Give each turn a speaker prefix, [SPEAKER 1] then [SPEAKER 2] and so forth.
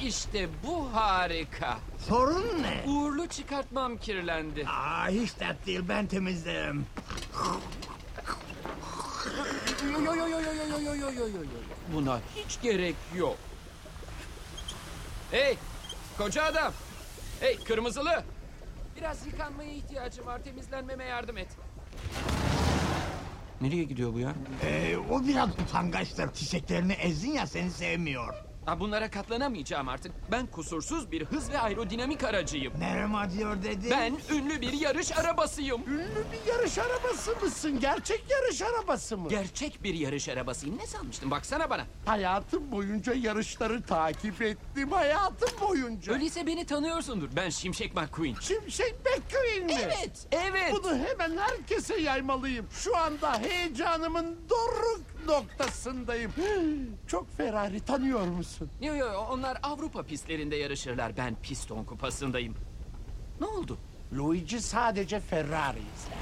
[SPEAKER 1] İşte bu harika.
[SPEAKER 2] Sorun ne?
[SPEAKER 1] Uğurlu çıkartmam kirlendi.
[SPEAKER 2] Aa hiç dert değil ben temizlerim.
[SPEAKER 1] Yo yo yo yo yo yo yo yo yo yo yo yo. Buna hiç gerek yok. Hey koca adam. Hey kırmızılı. Biraz yıkanmaya ihtiyacım var. Temizlenmeme yardım et. Nereye gidiyor bu ya?
[SPEAKER 2] Ee, o biraz utangaçtır. Çiçeklerini ezdin ya seni sevmiyor.
[SPEAKER 1] Ha, bunlara katlanamayacağım artık. Ben kusursuz bir hız ve aerodinamik aracıyım.
[SPEAKER 2] Nerem acıyor dedi.
[SPEAKER 1] Ben ünlü bir yarış arabasıyım.
[SPEAKER 3] Ünlü bir yarış arabası mısın? Gerçek yarış arabası mı?
[SPEAKER 1] Gerçek bir yarış arabasıyım. Ne sanmıştın? Baksana bana.
[SPEAKER 3] Hayatım boyunca yarışları takip ettim. Hayatım boyunca.
[SPEAKER 1] Öyleyse beni tanıyorsundur. Ben Şimşek McQueen.
[SPEAKER 3] Şimşek McQueen mi?
[SPEAKER 1] Evet, evet.
[SPEAKER 3] Bunu hemen herkese yaymalıyım. Şu anda heyecanımın doruk noktasındayım. Çok Ferrari tanıyor musun?
[SPEAKER 1] Yo yo onlar Avrupa pistlerinde yarışırlar. Ben piston kupasındayım. Ne oldu?
[SPEAKER 3] Luigi sadece Ferrari izler.